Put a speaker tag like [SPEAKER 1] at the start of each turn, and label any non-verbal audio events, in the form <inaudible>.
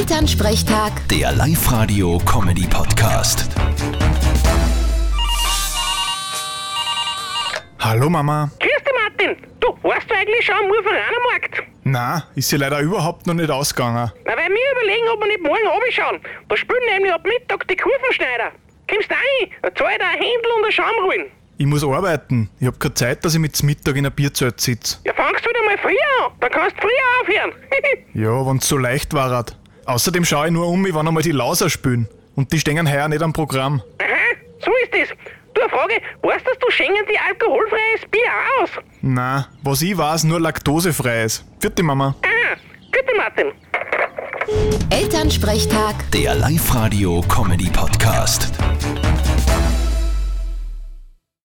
[SPEAKER 1] Elternsprechtag,
[SPEAKER 2] Der Live-Radio-Comedy-Podcast.
[SPEAKER 3] Hallo Mama.
[SPEAKER 4] Grüß dich, Martin. Du, warst du eigentlich schon am Murferanermarkt?
[SPEAKER 3] Na, ist sie leider überhaupt noch nicht ausgegangen.
[SPEAKER 4] Na, weil wir überlegen, ob wir nicht morgen runterschauen. Da spielen nämlich ab Mittag die Kurvenschneider. Kommst du rein, dann zahl dir ein Händel und ein Schaumrollen.
[SPEAKER 3] Ich muss arbeiten. Ich hab keine Zeit, dass ich mit zum Mittag in der Bierzelt sitz.
[SPEAKER 4] Ja, fangst wieder mal früher an, dann kannst du früher aufhören. <laughs>
[SPEAKER 3] Ja, wenn's so leicht war. halt. Außerdem schaue ich nur um, mich, wann einmal die Lauser spielen. Und die stehen heuer nicht am Programm.
[SPEAKER 4] Aha, so ist es. Du, eine Frage, weißt du, dass du schenken die alkoholfreies Bier auch aus?
[SPEAKER 3] Na, was ich weiß, nur laktosefreies. Vierte Mama.
[SPEAKER 4] Aha, bitte, Martin.
[SPEAKER 1] Elternsprechtag.
[SPEAKER 2] Der Live-Radio-Comedy-Podcast.